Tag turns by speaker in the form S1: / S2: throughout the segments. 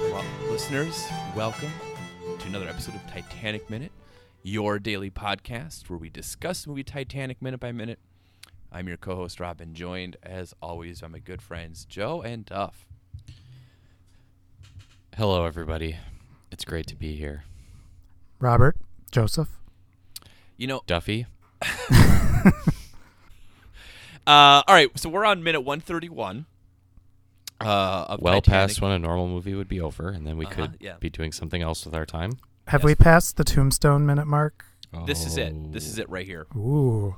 S1: Well, listeners, welcome to another episode of Titanic Minute, your daily podcast where we discuss the movie Titanic minute by minute. I'm your co-host Robin, joined as always by my good friends Joe and Duff.
S2: Hello, everybody. It's great to be here.
S3: Robert, Joseph.
S1: You know,
S2: Duffy,
S1: uh, all right, so we're on minute 131. Uh, of
S2: well
S1: Titanic.
S2: past when a normal movie would be over, and then we
S1: Uh-huh,
S2: could
S1: yeah.
S2: be doing something else with our time.
S3: Have
S1: Yes.
S3: we passed the tombstone minute mark?
S1: This is it. This is it right here.
S3: Ooh.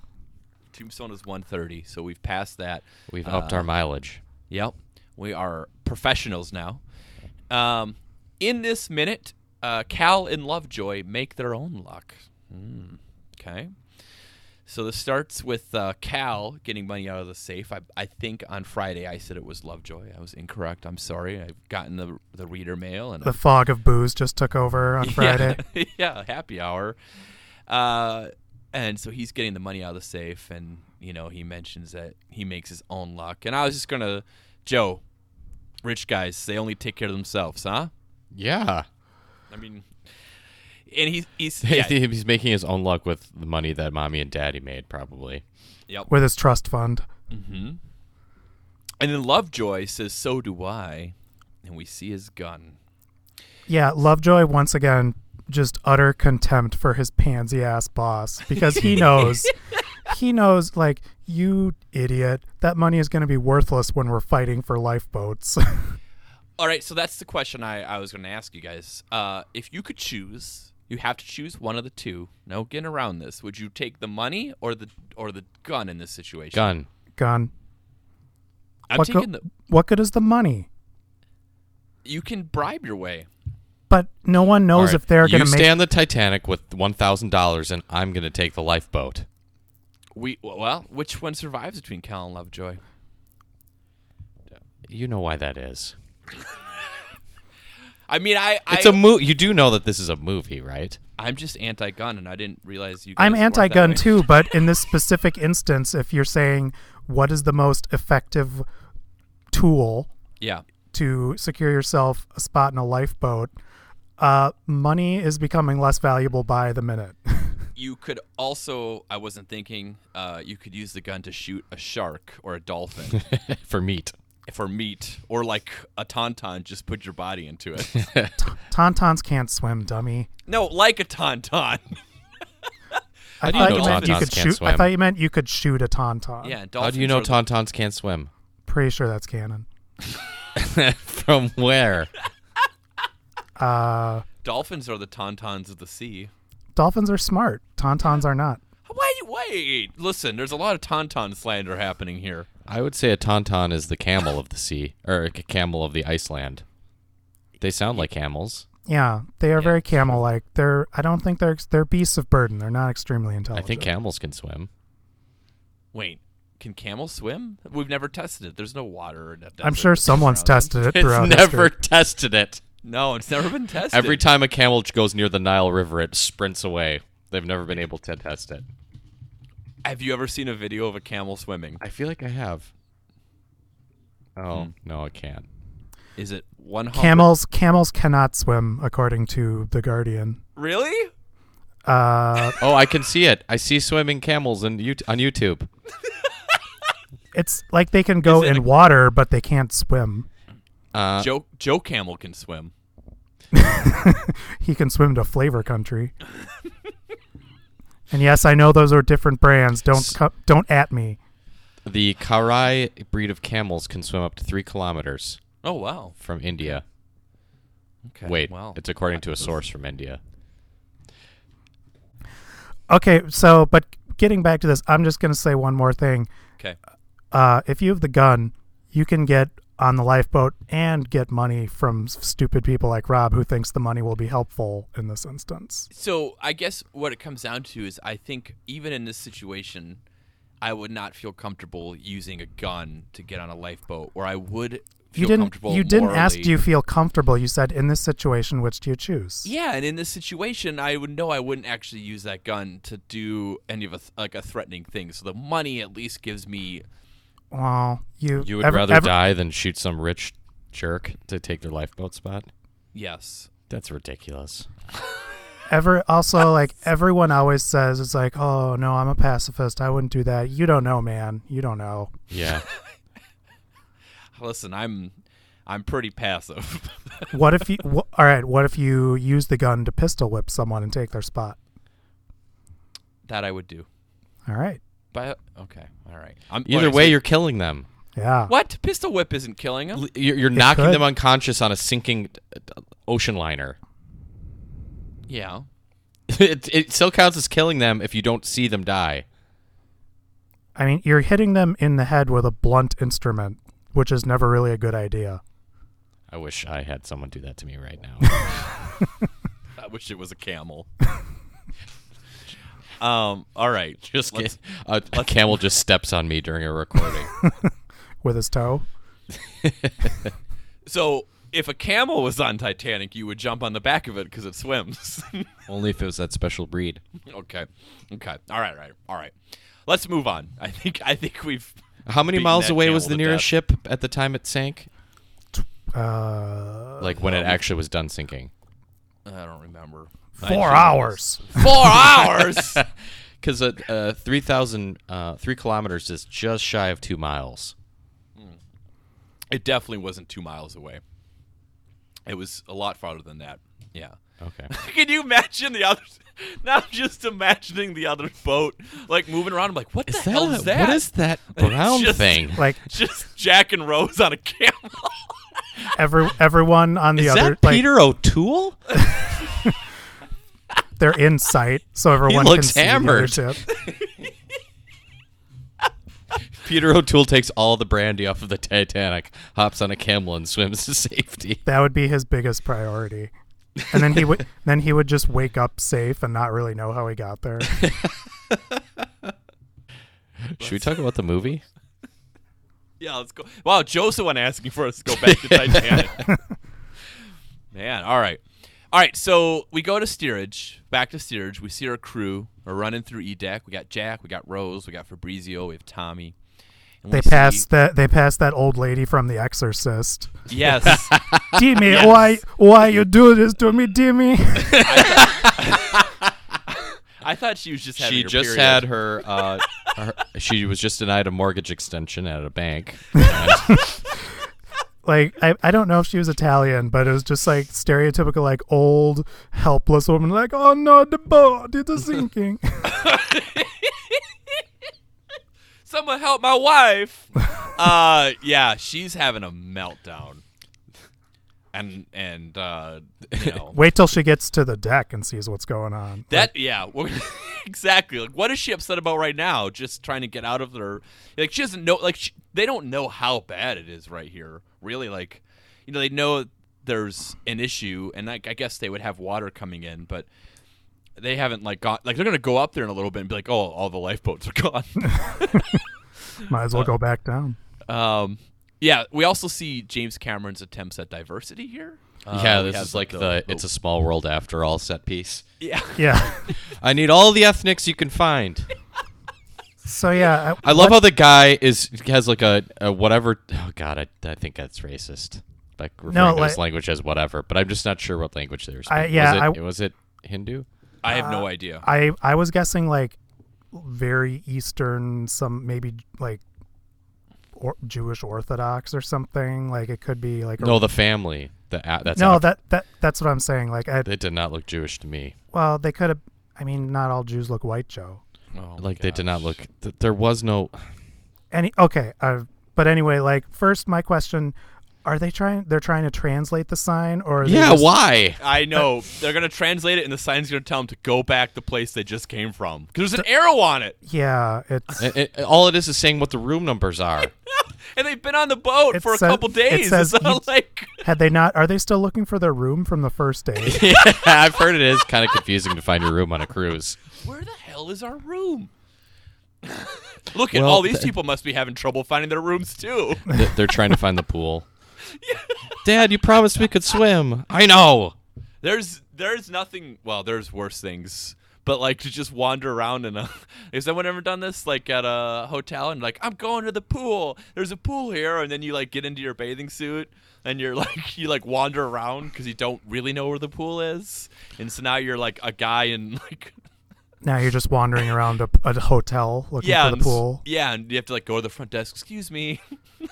S1: Tombstone is 130, so we've passed that.
S2: Oh, We've upped our mileage.
S1: Yep. We are professionals now. Um, in this minute, uh, Cal and Lovejoy make their own luck. Hmm. Okay. So this starts with uh, Cal getting money out of the safe. I, I think on Friday I said it was Lovejoy. I was incorrect. I'm sorry. I've gotten the the reader mail and
S3: The fog of booze just took over on Friday.
S1: yeah, yeah, happy hour. Uh, and so he's getting the money out of the safe, and you know he mentions that he makes his own luck. And I was just gonna, Joe, rich guys, they only take care of themselves, huh?
S2: Yeah.
S1: I mean, and he, he's yeah,
S2: He's making his own luck with the money that mommy and daddy made, probably.
S1: yep.
S3: With his trust fund.
S1: And then Lovejoy says, "So do I," and we see his gun.
S3: Yeah, Lovejoy once again just utter contempt for his pansy ass boss because he knows he knows like you idiot that money is going to be worthless when we're fighting for lifeboats
S1: All right, so that's the question I, I was going to ask you guys. Uh, if you could choose, you have to choose one of the two. No getting around this. Would you take the money or the or the gun in this situation?
S2: Gun.
S3: gun
S1: I'm
S3: what, go-
S1: taking the.
S3: what good is the money
S1: You can bribe your way.
S3: but no one knows
S2: All right.
S3: if they're going
S2: You
S3: to make
S2: stay on the Titanic with $1,000, and I'm going to take the lifeboat.
S1: We well, which one survives between Cal and Lovejoy?
S2: You know why that is.
S1: I mean, I, I
S2: It's a mo- You do know that this is a movie, right?
S1: I'm just anti-gun, and I didn't realize you. Guys
S3: I'm
S1: weren't that
S3: anti
S1: way.
S3: gun too, but in this specific instance, if you're saying what is the most effective tool
S1: Yeah,
S3: to secure yourself a spot in a lifeboat, uh, money is becoming less valuable by the minute.
S1: you could also. I wasn't thinking. Uh, you could use the gun to shoot a shark or a dolphin
S2: For meat.
S1: for meat, or like a tauntaun. Just put your body into it.
S3: Tauntauns can't swim, dummy.
S1: No, like a tauntaun.
S3: I,
S1: do you
S3: thought
S1: know
S3: you meant you
S2: tauntauns
S3: could
S2: can't
S3: shoot. I
S2: swim?
S3: thought you meant you could shoot a tauntaun.
S1: yeah, dolphins
S2: How do you know
S1: are the-
S2: Tauntauns can't swim?
S3: pretty sure that's canon.
S2: From where?
S3: Uh,
S1: dolphins are the tauntauns of the sea?
S3: dolphins are smart. Tauntauns are not.
S1: Wait, wait. Listen, there's a lot of tauntaun slander happening here.
S2: I would say a tauntaun is the camel of the sea, or a c- camel of the Iceland. They sound like camels.
S3: Yeah, they are very camel-like. They're. I don't think they're. They're beasts of burden. They're not extremely
S2: I
S3: intelligent.
S2: think camels can swim.
S1: Wait, can camels swim? We've never tested it. There's no water. In a
S3: I'm
S1: desert
S3: sure
S1: around
S3: someone's
S1: us.
S3: tested it
S2: It's
S3: throughout
S2: never
S3: history.
S2: tested it.
S1: No, it's never been tested.
S2: Every time a camel ch- goes near the Nile River, it sprints away. They've never been able to test it.
S1: Have you ever seen a video of a camel swimming?
S2: I feel like I have. Oh no, I can't.
S1: Is it one hump-
S3: Camels camels cannot swim, according to the Guardian.
S1: Really?
S3: Uh,
S2: Oh, I can see it. I see swimming camels in, Yout- on YouTube.
S3: it's like they can go
S1: Is it
S3: in
S1: a-
S3: water, but they can't swim.
S2: Uh,
S1: Joe Joe Camel can swim.
S3: He can swim to Flavor Country. and yes, I know those are different brands. Don't co- don't at me.
S2: the Karai breed of camels can swim up to three kilometers
S1: Oh wow.
S2: from India.
S1: Okay.
S2: Wait,
S1: Wow.
S2: it's according to a source from India.
S3: Okay, so but getting back to this, I'm just gonna say one more thing.
S1: okay.
S3: Uh, if you have the gun, you can get on the lifeboat and get money from s- stupid people like Rob, who thinks the money will be helpful in this instance.
S1: So I guess what it comes down to is I think even in this situation, I would not feel comfortable using a gun to get on a lifeboat, or I would feel
S3: you didn't.
S1: comfortable.
S3: You didn't ask.
S1: morally.
S3: Do you feel comfortable? You said, "In this situation, which do you choose?"
S1: Yeah, and in this situation, I would know I wouldn't actually use that gun to do any of a th- like a threatening thing. So the money at least gives me.
S3: Well, you.
S2: You would
S3: ever-
S2: rather
S3: ever-
S2: die than shoot some rich jerk to take their lifeboat spot?
S1: Yes.
S2: That's ridiculous.
S3: Ever also like everyone always says it's like, oh no, I'm a pacifist. I wouldn't do that. You don't know, man. You don't know.
S2: Yeah.
S1: Listen, I'm I'm pretty passive.
S3: What if you? wh- all right. What if you use the gun to pistol whip someone and take their spot?
S1: that I would do.
S3: All right.
S1: But okay, all right. I'm,
S2: Either
S1: wait,
S2: way,
S1: so-
S2: you're killing them.
S3: Yeah.
S1: what pistol whip isn't killing him.
S2: L- You're, you're knocking
S3: could.
S2: them unconscious on a sinking uh, ocean liner.
S1: Yeah.
S2: it, it still counts as killing them if you don't see them die.
S3: I mean, you're hitting them in the head with a blunt instrument, which is never really a good idea.
S2: I wish I had someone do that to me right now.
S1: I wish it was a camel. um. All right.
S2: just
S1: Let's-
S2: get, a, a camel just steps on me during a recording.
S3: With his toe.
S1: So if a camel was on Titanic, you would jump on the back of it because it swims.
S2: Only if it was that special breed.
S1: okay. Okay. All right. Right. All right. Let's move on. I think. I think we've.
S2: How many
S1: Beating
S2: miles
S1: that
S2: away was
S1: camel
S2: the
S1: to
S2: nearest
S1: death.
S2: ship at the time it sank?
S3: Uh,
S2: Like when it actually was done sinking.
S1: I don't remember.
S3: four hours.
S1: Four hours.
S2: Because uh, uh, 3,000, uh, three kilometers is just shy of two miles.
S1: It definitely wasn't two miles away. It was a lot farther than that. Yeah.
S2: Okay.
S1: Can you imagine the other? Now I'm just imagining the other boat, like moving around. I'm like, what the hell is that?
S2: What is that brown
S1: Just-
S2: thing?
S3: Like
S1: just Jack and Rose on a camel.
S3: every everyone on the
S2: Is
S3: other.
S2: that Peter O'Toole?
S3: Like, they're in sight, so everyone
S2: looks
S3: can see
S2: hammered.
S3: The other ship.
S2: Peter O'Toole takes all the brandy off of the Titanic, hops on a camel, and swims to safety.
S3: That would be his biggest priority. And then he would then he would just wake up safe and not really know how he got there.
S2: Should we talk about the movie?
S1: yeah, let's go. Wow, Joe's the one asking for us to go back to Titanic. Man, all right, all right. So we go to steerage, back to steerage. We see our crew. We're running through E deck. We got Jack. We got Rose. We got Fabrizio. We have Tommy. And
S3: They
S1: we see-
S3: passed that they passed that old lady from The Exorcist.
S1: Yes.
S3: Dimmy,
S1: Yes.
S3: why why you do this to me, Dimmy?
S1: I thought she was just having
S2: She
S1: her
S2: just
S1: period.
S2: had her, uh, her. She was just denied a mortgage extension at a bank.
S3: like I, I don't know if she was Italian, but it was just like stereotypical like old helpless woman like, Oh no, the boat is sinking.
S1: Someone help my wife. uh, yeah, she's having a meltdown. And and uh, you know
S3: Wait till she gets to the deck and sees what's going on.
S1: that yeah we're- exactly like what is she upset about right now? Just trying to get out of their like she doesn't know like she, they don't know how bad it is right here. Really like you know they know there's an issue and I, I guess they would have water coming in, but they haven't like got like they're gonna go up there in a little bit and be like oh all the lifeboats are gone.
S3: Might as well go back down.
S1: Um, yeah, we also see James Cameron's attempts at diversity here. Uh,
S2: Oh, yeah,
S1: we
S2: this
S1: have
S2: is like the "It's a Small World" after all set piece.
S1: yeah.
S3: Yeah.
S2: I need all the ethnics you can find.
S3: So yeah,
S2: I love how the guy is has like a, a whatever. Oh God, I, I think that's racist. Like referring
S3: No,
S2: to
S3: like-
S2: his language as whatever, but I'm just not sure what language they were
S3: I-
S2: speaking.
S3: yeah,
S2: was it,
S3: I-
S2: was it Hindu?
S1: I have no idea.
S3: I I was guessing like very Eastern, some maybe like or, Jewish Orthodox or something. Like it could be like a,
S2: No, the family. The a- that's
S3: no
S2: Af-
S3: that that that's what I'm saying. Like I
S2: They did not look Jewish to me.
S3: well they could have. I mean, not all Jews look white, Joe.
S1: Oh,
S2: like they did not look. Th- there was no.
S3: Any okay, uh, but anyway, like first my question: Are they trying? They're trying to translate the sign, or are they
S2: Yeah,
S3: just-
S2: why?
S1: I know they're gonna translate it, and the sign's gonna tell them to go back the place they just came from because there's an arrow on it,
S3: Yeah, it's.
S2: It- it- all it is is saying what the room numbers are.
S1: and they've been on the boat
S3: It
S1: for a
S3: says-
S1: couple
S3: it
S1: days.
S3: says
S1: It's not
S3: each-
S1: like
S3: Had they not? Are they still looking for their room from the first day?
S2: yeah, I've heard it is kind of confusing to find your room on a cruise.
S1: where the hell is our room? Look at
S2: Well,
S1: all these
S2: the-
S1: people must be having trouble finding their rooms too.
S2: Th- They're trying to find the pool. Dad, you promised we could swim. I know.
S1: There's there's nothing. Well, there's worse things. But like to just wander around in a. Has anyone ever done this? Like at a hotel and like I'm going to the pool. There's a pool here, and then you like get into your bathing suit and you're like you like wander around because you don't really know where the pool is, and so now you're like a guy in like
S3: Now you're just wandering around a, a hotel looking
S1: yeah
S3: for
S1: and
S3: the
S1: s-
S3: pool.
S1: Yeah, and you have to like go to the front desk. Excuse me,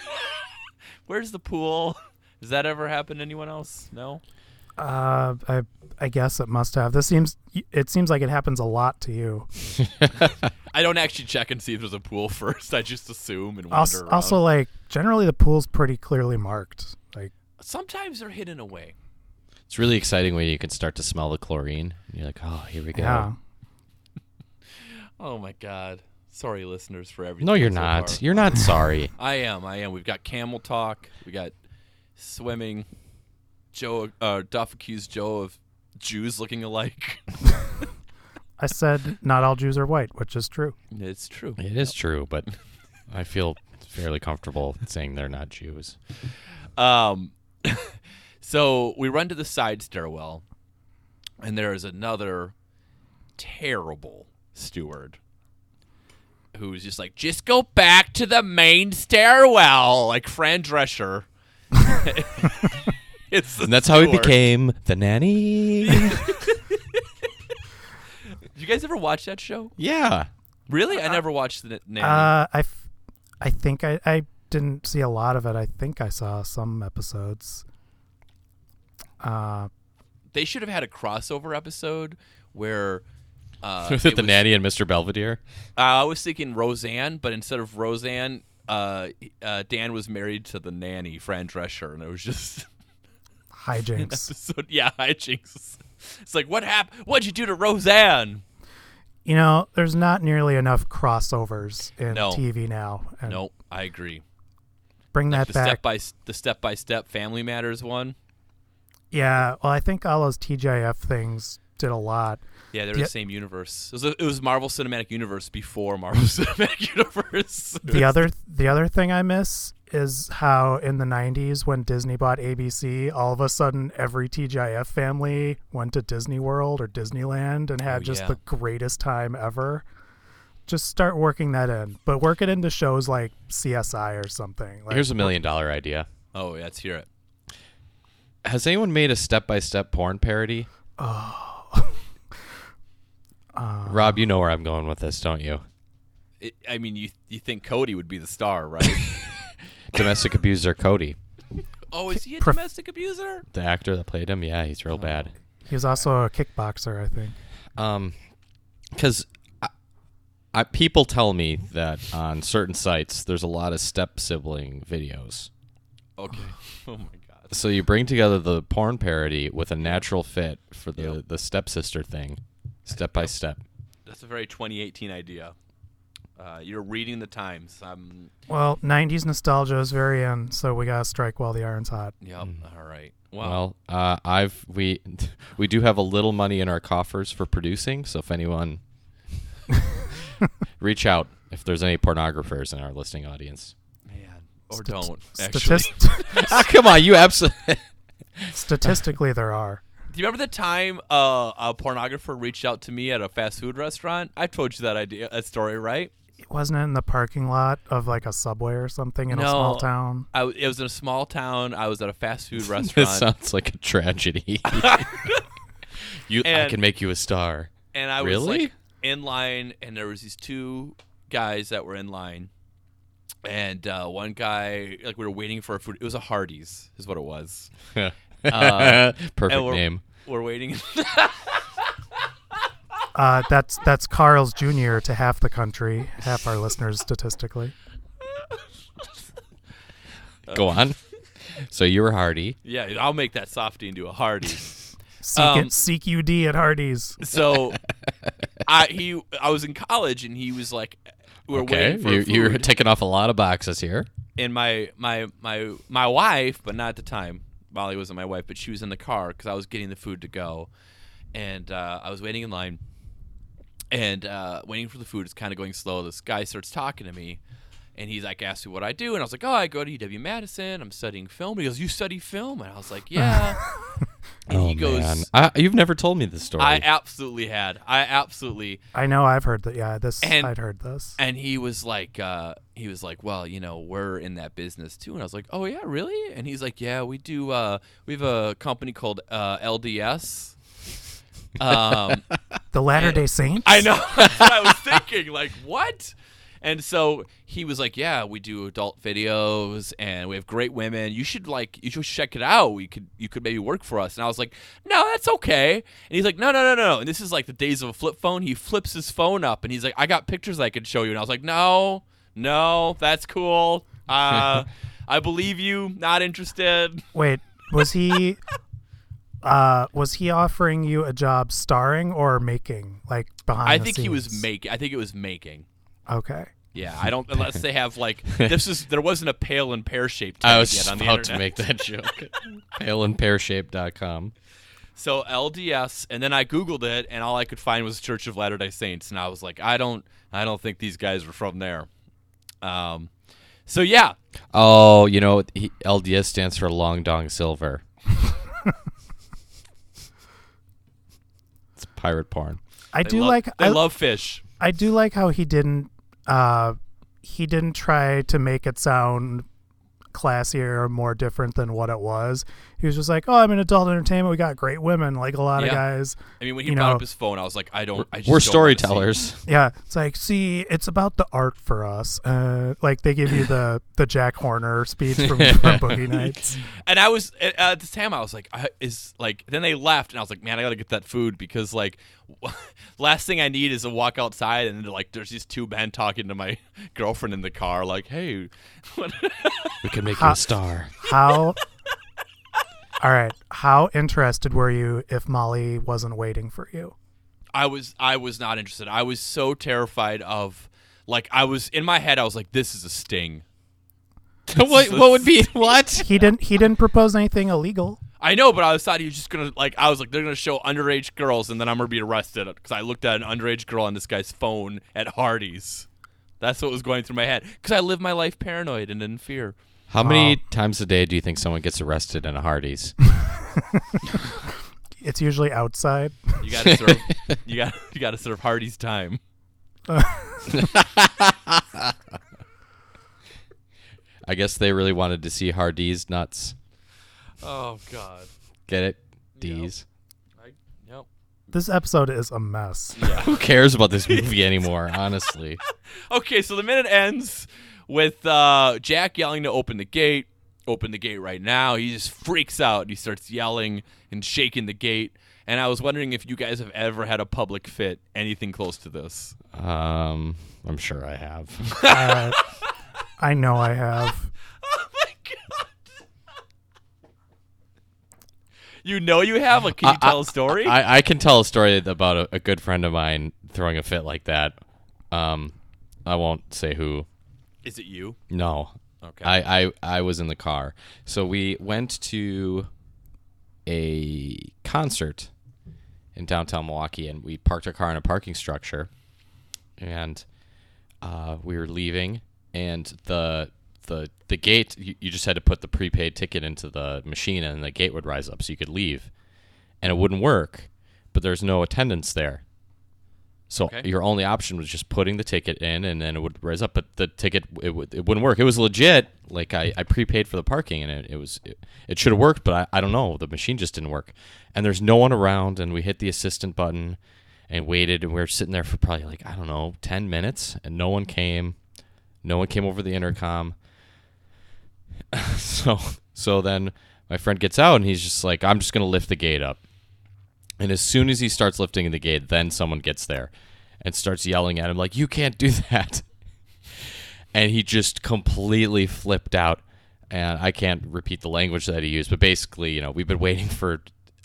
S1: where's the pool? Has that ever happened to anyone else? No.
S3: Uh, I I guess it must have. This seems it seems like it happens a lot to you.
S1: I don't actually check and see if there's a pool first. I just assume and wander
S3: Also,
S1: around.
S3: also, like generally the pool's pretty clearly marked. Like
S1: sometimes they're hidden away.
S2: It's really exciting when you can start to smell the chlorine. You're like, oh, here we go.
S3: yeah,
S1: Oh my god. Sorry, listeners, for everything.
S2: No, you're
S1: so
S2: not.
S1: far.
S2: You're not sorry.
S1: I am. I am. We've got camel talk. We got swimming. Joe uh, Duff accused Joe of Jews looking alike.
S3: I said not all Jews are white, which is true.
S1: it's true.
S2: it is true, but I feel fairly comfortable saying they're not Jews.
S1: Um, so we run to the side stairwell, and there is another terrible steward who's just like, just go back to the main stairwell, like Fran Drescher. it's the
S2: And that's how he
S1: steward.
S2: became the nanny.
S1: Did you guys ever watch that show? Uh-uh.
S2: yeah.
S1: Really? I never watched the name.
S3: Uh, I f- I think I I didn't see a lot of it. I think I saw some episodes. Uh,
S1: they should have had a crossover episode where. Uh,
S2: Was
S1: it
S2: it the
S1: was-
S2: nanny and Mr. Belvedere?
S1: Uh, I was thinking Roseanne, but instead of Roseanne, uh, uh, Dan was married to the nanny, Fran Drescher, and it was just
S3: hijinks.
S1: episode. Yeah, hijinks. It's like, what happened? What'd you do to Roseanne?
S3: you know, there's not nearly enough crossovers in
S1: No.
S3: TV now. And
S1: No, I agree.
S3: bring
S1: Like
S3: that
S1: the
S3: back.
S1: step by the step by step Family Matters one.
S3: Yeah, well, I think all those TJF things did a lot.
S1: Yeah, they're
S3: Yeah.
S1: the same universe. It was, it was Marvel Cinematic Universe before Marvel Cinematic Universe.
S3: The other the other thing I miss is how in the 90s when Disney bought ABC, all of a sudden every TJF family went to Disney World or Disneyland and had
S1: Oh,
S3: just
S1: yeah.
S3: the greatest time ever. Just start working that in, but work it into shows like CSI or something. Like,
S2: Here's a million dollar idea.
S1: Oh, yeah, let's hear it.
S2: Has anyone made a step by step porn parody? Oh. Rob, you know where I'm going with this, don't you?
S1: it. I mean, you you think Cody would be the star, right?
S2: Domestic abuser Cody,
S1: oh, is he a
S3: Prof-
S1: domestic abuser?
S2: the actor that played him. Yeah, he's real bad.
S3: he was also a kickboxer, I think.
S2: Um, because I, I, people tell me that on certain sites there's a lot of step sibling videos.
S1: Okay. Oh my god.
S2: So you bring together the porn parody with a natural fit for the the stepsister thing, step by step.
S1: That's a very 2018 idea. Uh, you're reading the times. Um,
S3: Well, 90s nostalgia is very in, so we got to strike while the iron's hot.
S1: yep. All right. Wow.
S2: Well, uh, I've we we do have a little money in our coffers for producing, so if anyone reach out if there's any pornographers in our listening audience.
S1: man. Or don't. Actually.
S3: Statist-
S2: ah, come on, you absolutely.
S3: statistically there are.
S1: Do you remember the time uh, a pornographer reached out to me at a fast food restaurant? I told you that idea, that story, right?
S3: wasn't it in the parking lot of like a subway or something in a small
S1: No.
S3: town?
S1: I w- it was in a small town. I was at a fast food restaurant,
S2: this sounds like a tragedy. you, I
S1: And-
S2: can make you a star.
S1: and I was
S2: Really?
S1: like in line, and there was these two guys that were in line, and uh, one guy like we were waiting for our food. It was a Hardee's, is what it was. Uh,
S2: Perfect
S1: and we're,
S2: name.
S1: We're waiting.
S3: Uh, that's that's Carl's Jr. to half the country, half our listeners statistically.
S1: uh,
S2: Go on. So you were Hardy.
S1: Yeah, I'll make that softy into a Hardee's.
S3: Seek
S1: Um,
S3: it, seek UD at Hardee's.
S1: So, I he I was in college and he was like, "We're
S2: Okay,
S1: waiting for
S2: you,
S1: food."
S2: you're taking off a lot of boxes here.
S1: and my my my my wife, but not at the time. Molly wasn't my wife, but she was in the car because I was getting the food to go, and uh, I was waiting in line, and uh, waiting for the food. It's kind of going slow. This guy starts talking to me, And he's like, asked me what I do, and I was like, oh, I go to UW Madison. I'm studying film. He goes, you study film? And I was like, yeah. and
S2: oh
S1: he goes,
S2: man, I, you've never told me this story.
S1: I absolutely had. I absolutely
S3: I know I've heard that. Yeah, this
S1: And-
S3: I'd heard this.
S1: and he was like uh he was like well you know we're in that business too and i was like oh yeah really and he's like yeah we do uh we have a company called uh lds um
S3: the Latter Day Saints.
S1: i know that's what i was thinking like what and so he was like yeah we do adult videos and we have great women you should like you should check it out we could you could maybe work for us and i was like no that's okay and he's like no no no no no and this is like the days of a flip phone he flips his phone up and he's like i got pictures i could show you and i was like no no that's cool uh i believe you not interested
S3: Wait, was he? Uh, was he offering you a job starring or making, like behind?
S1: i
S3: the
S1: think he was
S3: scenes?
S1: making i think it was making
S3: Okay.
S1: Yeah, I don't unless they have like this is there wasn't a pale and pear shaped
S2: I
S1: tag
S2: was
S1: yet on the
S2: about to
S1: internet.
S2: make that joke. Paleandpearshape.com.
S1: So LDS and then I googled it and all I could find was Church of Latter-day Saints and I was like I don't I don't think these guys were from there. Um so yeah,
S2: Oh, you know, he, LDS stands for Long Dong Silver. it's pirate porn.
S3: I
S1: they
S3: do
S1: love-
S3: like
S1: they
S3: I,
S1: love fish.
S3: I do like how he didn't uh he didn't try to make it sound classier or more different than what it was. He was just like, "Oh, I'm in adult entertainment. We got great women, like a lot of
S1: Yeah.
S3: guys."
S1: I mean when he
S3: you
S1: brought
S3: know-
S1: up his phone I was like I don't I just don't
S2: We're
S1: wanna see it.
S2: storytellers.
S3: Yeah, it's like, "See, it's about the art for us." Uh like they give you the the Jack Horner speech from, from Boogie Nights.
S1: And I was at, at the time I was like I, is like then they left and I was like man I got to get that food because like last thing I need is to walk outside and like there's these two men talking to my girlfriend in the car like hey what-
S2: We can make
S3: Ha-
S2: star.
S3: How All right, how interested were you if Molly wasn't waiting for you?
S1: I was I was not interested. I was so terrified of like I was in my head I was like this is a sting.
S2: what, what would be what?
S3: He didn't he didn't propose anything illegal.
S1: I know, but I was thought he was just gonna like I was like they're gonna show underage girls and then I'm gonna be arrested because I looked at an underage girl on this guy's phone at Hardee's. That's what was going through my head because I live my life paranoid and in fear.
S2: How many times a day do you think someone gets arrested in a Hardee's?
S3: It's usually outside.
S1: You gotta serve. you got to you gotta serve Hardee's time.
S2: I guess they really wanted to see Hardee's nuts.
S1: Oh God.
S2: Get it? D's.
S1: I, yep.
S3: This episode is a mess.
S2: Who cares about this movie anymore, honestly?
S1: Okay, so the minute ends with uh, Jack yelling to open the gate. Open the gate right now. He just freaks out. He starts yelling and shaking the gate. And I was wondering if you guys have ever had a public fit anything close to this.
S2: Um, I'm sure I have.
S3: Uh, I know I have.
S1: Oh my god! you know you have. Like, can you
S2: I-
S1: tell a story?
S2: I, I can tell a story about a, a good friend of mine throwing a fit like that. Um, I won't say who.
S1: Is it you?
S2: No,
S1: Okay.
S2: I, I I was in the car. So we went to a concert in downtown Milwaukee, and we parked our car in a parking structure, and uh, we were leaving, and the the the gate you, you just had to put the prepaid ticket into the machine, and the gate would rise up so you could leave, and it wouldn't work, but there's no attendance there. So
S1: Okay.
S2: your only option was just putting the ticket in, and then it would rise up. But the ticket, it, would, it wouldn't work. It was legit. Like I, I prepaid for the parking, and it, it was it, it should have worked, but I, I don't know. The machine just didn't work, and there's no one around. And we hit the assistant button, and waited, and we were sitting there for probably like I don't know ten minutes, and no one came. No one came over the intercom. so so then my friend gets out, and he's just like, I'm just gonna lift the gate up. And as soon as he starts lifting the gate, then someone gets there and starts yelling at him, like, you can't do that. And he just completely flipped out. And I can't repeat the language that he used, but basically, you know, we've been waiting for,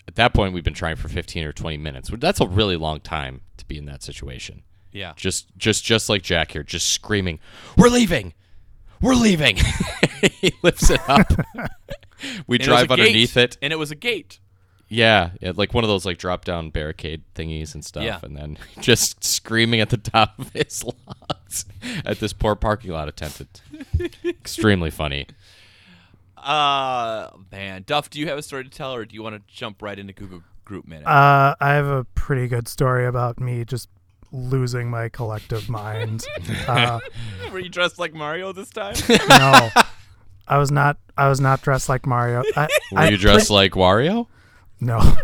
S2: at that point, we've been trying for 15 or 20 minutes. which- That's a really long time to be in that situation.
S1: yeah.
S2: Just, just, just like Jack here, just screaming, "We're leaving, we're leaving!" he lifts it up. we
S1: And it was
S2: drive
S1: a gate,
S2: underneath it.
S1: and it was a gate.
S2: Yeah, yeah, like one of those like drop down barricade thingies and stuff,
S1: Yeah.
S2: and then just screaming at the top of his lungs at this poor parking lot attendant. Extremely funny.
S1: Uh, man, Duff, do you have a story to tell, or do you want to jump right into Google Group Minute?
S3: Uh, I have a pretty good story about me just losing my collective mind. Uh,
S1: Were you dressed like Mario this time?
S3: no, I was not. I was not dressed like Mario. I,
S2: Were
S3: I
S2: you dressed like Wario?
S3: No.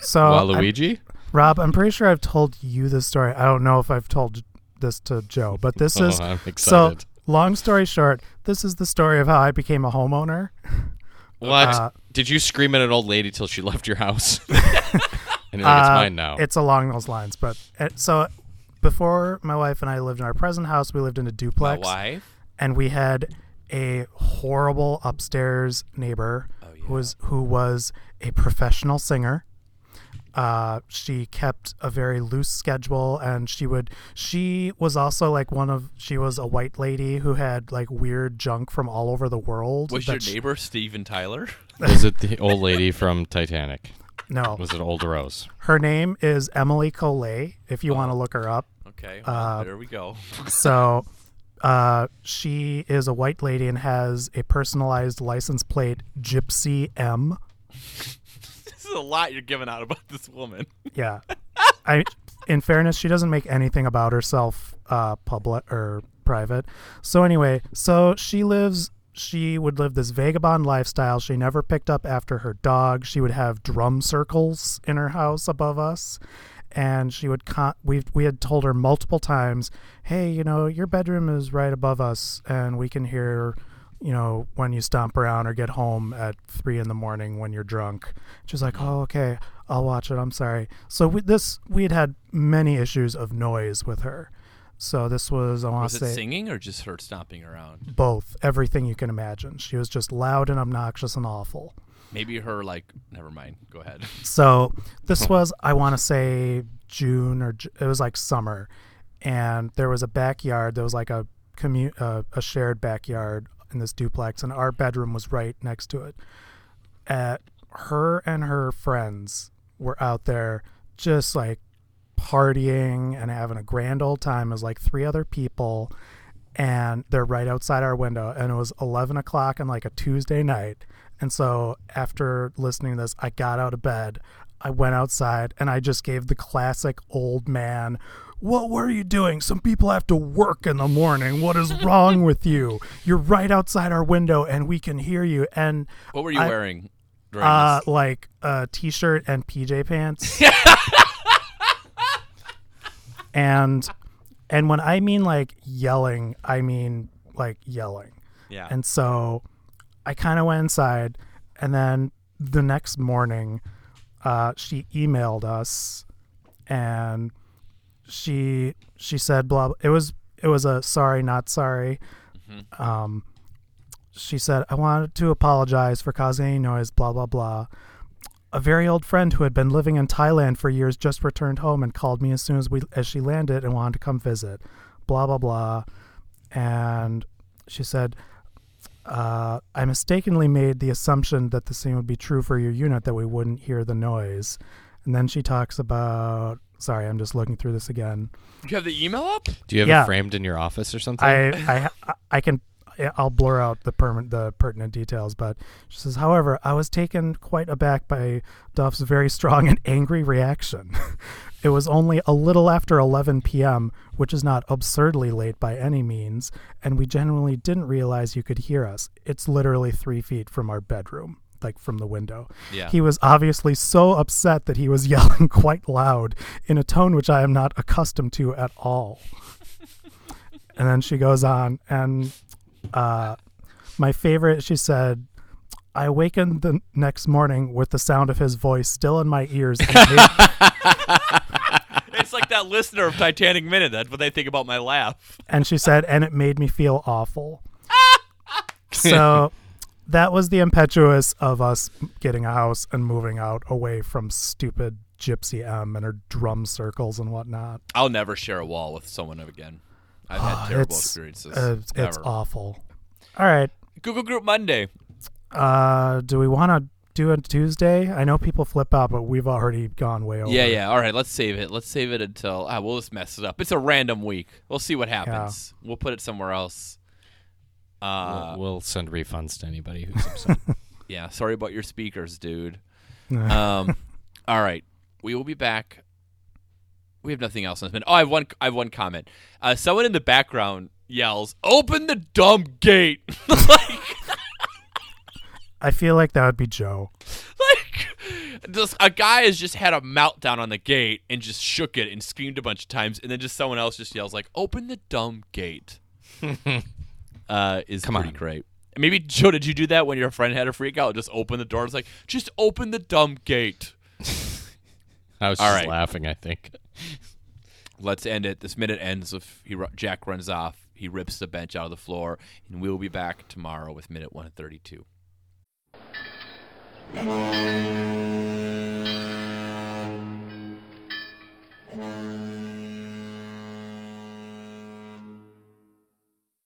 S3: So Oh, I'm-
S2: Waluigi?
S3: Rob, I'm pretty sure I've told you this story. I don't know if I've told this to Joe, but this
S2: Oh,
S3: is
S2: I'm
S3: so.
S2: excited.
S3: Long story short, this is the story of how I became a homeowner.
S2: What?
S3: uh,
S2: Did you scream at an old lady till she left your house? and you're like, it's
S3: Uh,
S2: mine
S1: Oh.
S2: now.
S3: It's along those lines, but uh, so before my wife and I lived in our present house, we lived in a
S1: My
S3: duplex,
S1: wife.
S3: and we had a horrible upstairs neighbor
S1: Oh,
S3: who was who was a professional singer. Uh, she kept a very loose schedule, and she would. She was also like one of. She was a white lady who had like weird junk from all over the world.
S1: Was
S3: that
S1: your
S3: she-
S1: neighbor Steven Tyler?
S2: Was it the old lady from Titanic?
S3: no,
S2: Was it Old Rose?
S3: her name is Emily Coley. If
S1: Oh.
S3: you want to look her up,
S1: Okay,
S3: Uh,
S1: well, there we go.
S3: so uh, she is a white lady and has a personalized license plate Gypsy M.
S1: this is a lot you're giving out about this woman.
S3: Yeah, I. In fairness, she doesn't make anything about herself uh, public or private. So anyway, so she lives. She would live this vagabond lifestyle. She never picked up after her dog. She would have drum circles in her house above us, and she would. Con- we we had told her multiple times, "Hey, you know, your bedroom is right above us, and we can hear." you know, when you stomp around or get home at three in the morning when you're drunk. She's like,
S1: Mm-hmm.
S3: oh, okay, I'll watch it. I'm sorry. So we, this, we had had many issues of noise with her. So this was, I want
S1: Was
S3: to
S1: it
S3: say,
S1: singing or just her stomping around?
S3: both, everything you can imagine. She was just loud and obnoxious and awful.
S1: Maybe her like. Never mind. Go ahead.
S3: So this was, I want to say, June or Ju- it was like summer, and there was a backyard. There was like a commu- uh, a shared backyard in this duplex, and our bedroom was right next to it. Uh, her and her friends were out there just like partying and having a grand old time as like three other people and they're right outside our window and it was 11 o'clock on like a tuesday night and so after listening to this i got out of bed i went outside and i just gave the classic old man what were you doing some people have to work in the morning what is wrong with you you're right outside our window and we can hear you and
S1: What were you
S3: I-
S1: wearing? During
S3: uh, like a t-shirt and PJ pants. and and when I mean like yelling, I mean like yelling.
S1: this? Yeah.
S3: And so I kind of went inside and then the next morning uh, she emailed us and she she said blah, blah it was it was a sorry not sorry um, she said, I wanted to apologize for causing any noise, blah, blah, blah. A very old friend who had been living in Thailand for years just returned home and called me as soon as we as she landed and wanted to come visit, blah, blah, blah. And she said, uh, I mistakenly made the assumption that the same would be true for your unit, that we wouldn't hear the noise. And then she talks about, sorry, I'm just looking through this again.
S1: you have the email up?
S2: Do you have
S3: Yeah.
S2: it framed in your office or something?
S3: I, I, I can, I'll blur out the permanent, the pertinent details. But she says, however, I was taken quite aback by Duff's very strong and angry reaction. it was only a little after 11 p.m., which is not absurdly late by any means, and we generally didn't realize you could hear us. It's literally three feet from our bedroom. Like from the window.
S1: Yeah.
S3: He was obviously so upset that he was yelling quite loud in a tone which I am not accustomed to at all and then she goes on and uh, my favorite she said i awakened the next morning with the sound of his voice still in my ears and hate,
S1: it's like that listener of Titanic Minute. That's what they think about my laugh.
S3: and she said and it made me feel awful so that was the impetuous of us getting a house and moving out away from stupid gypsy m and her drum circles and whatnot
S1: I'll never share a wall with someone again. I've had Ah, terrible
S3: Ah, it's,
S1: experiences.
S3: uh, it's
S1: Never.
S3: awful all right
S1: Google Group Monday.
S3: uh, do we want to do a Tuesday? I know people flip out, but we've already gone way over.
S1: Yeah, yeah. All right, let's save it. Let's save it until ah, we'll just mess it up. It's a random week. We'll see what happens. We'll put it somewhere else. Uh,
S2: we'll, we'll send refunds to anybody who's upset.
S1: yeah. Sorry about your speakers, dude.
S3: Yeah.
S1: Um, all right, we will be back. We have nothing else on this minute. Oh, I have one. I have one comment. Uh, someone in the background yells, "Open the dumb gate!" like,
S3: I feel like that would be Joe.
S1: like this, a guy has just had a meltdown on the gate and just shook it and screamed a bunch of times, and then just someone else just yells like, "Open the dumb gate!" uh, is
S2: Come
S1: pretty
S2: on.
S1: great. Maybe Joe, did you do that when your friend had a freak out? Just open the door. It's like, just open the dumb gate.
S2: I was
S1: All
S2: just
S1: right.
S2: laughing. I think.
S1: let's end it. This minute ends with he, ru- Jack runs off. He rips the bench out of the floor, and we'll be back tomorrow with minute 132.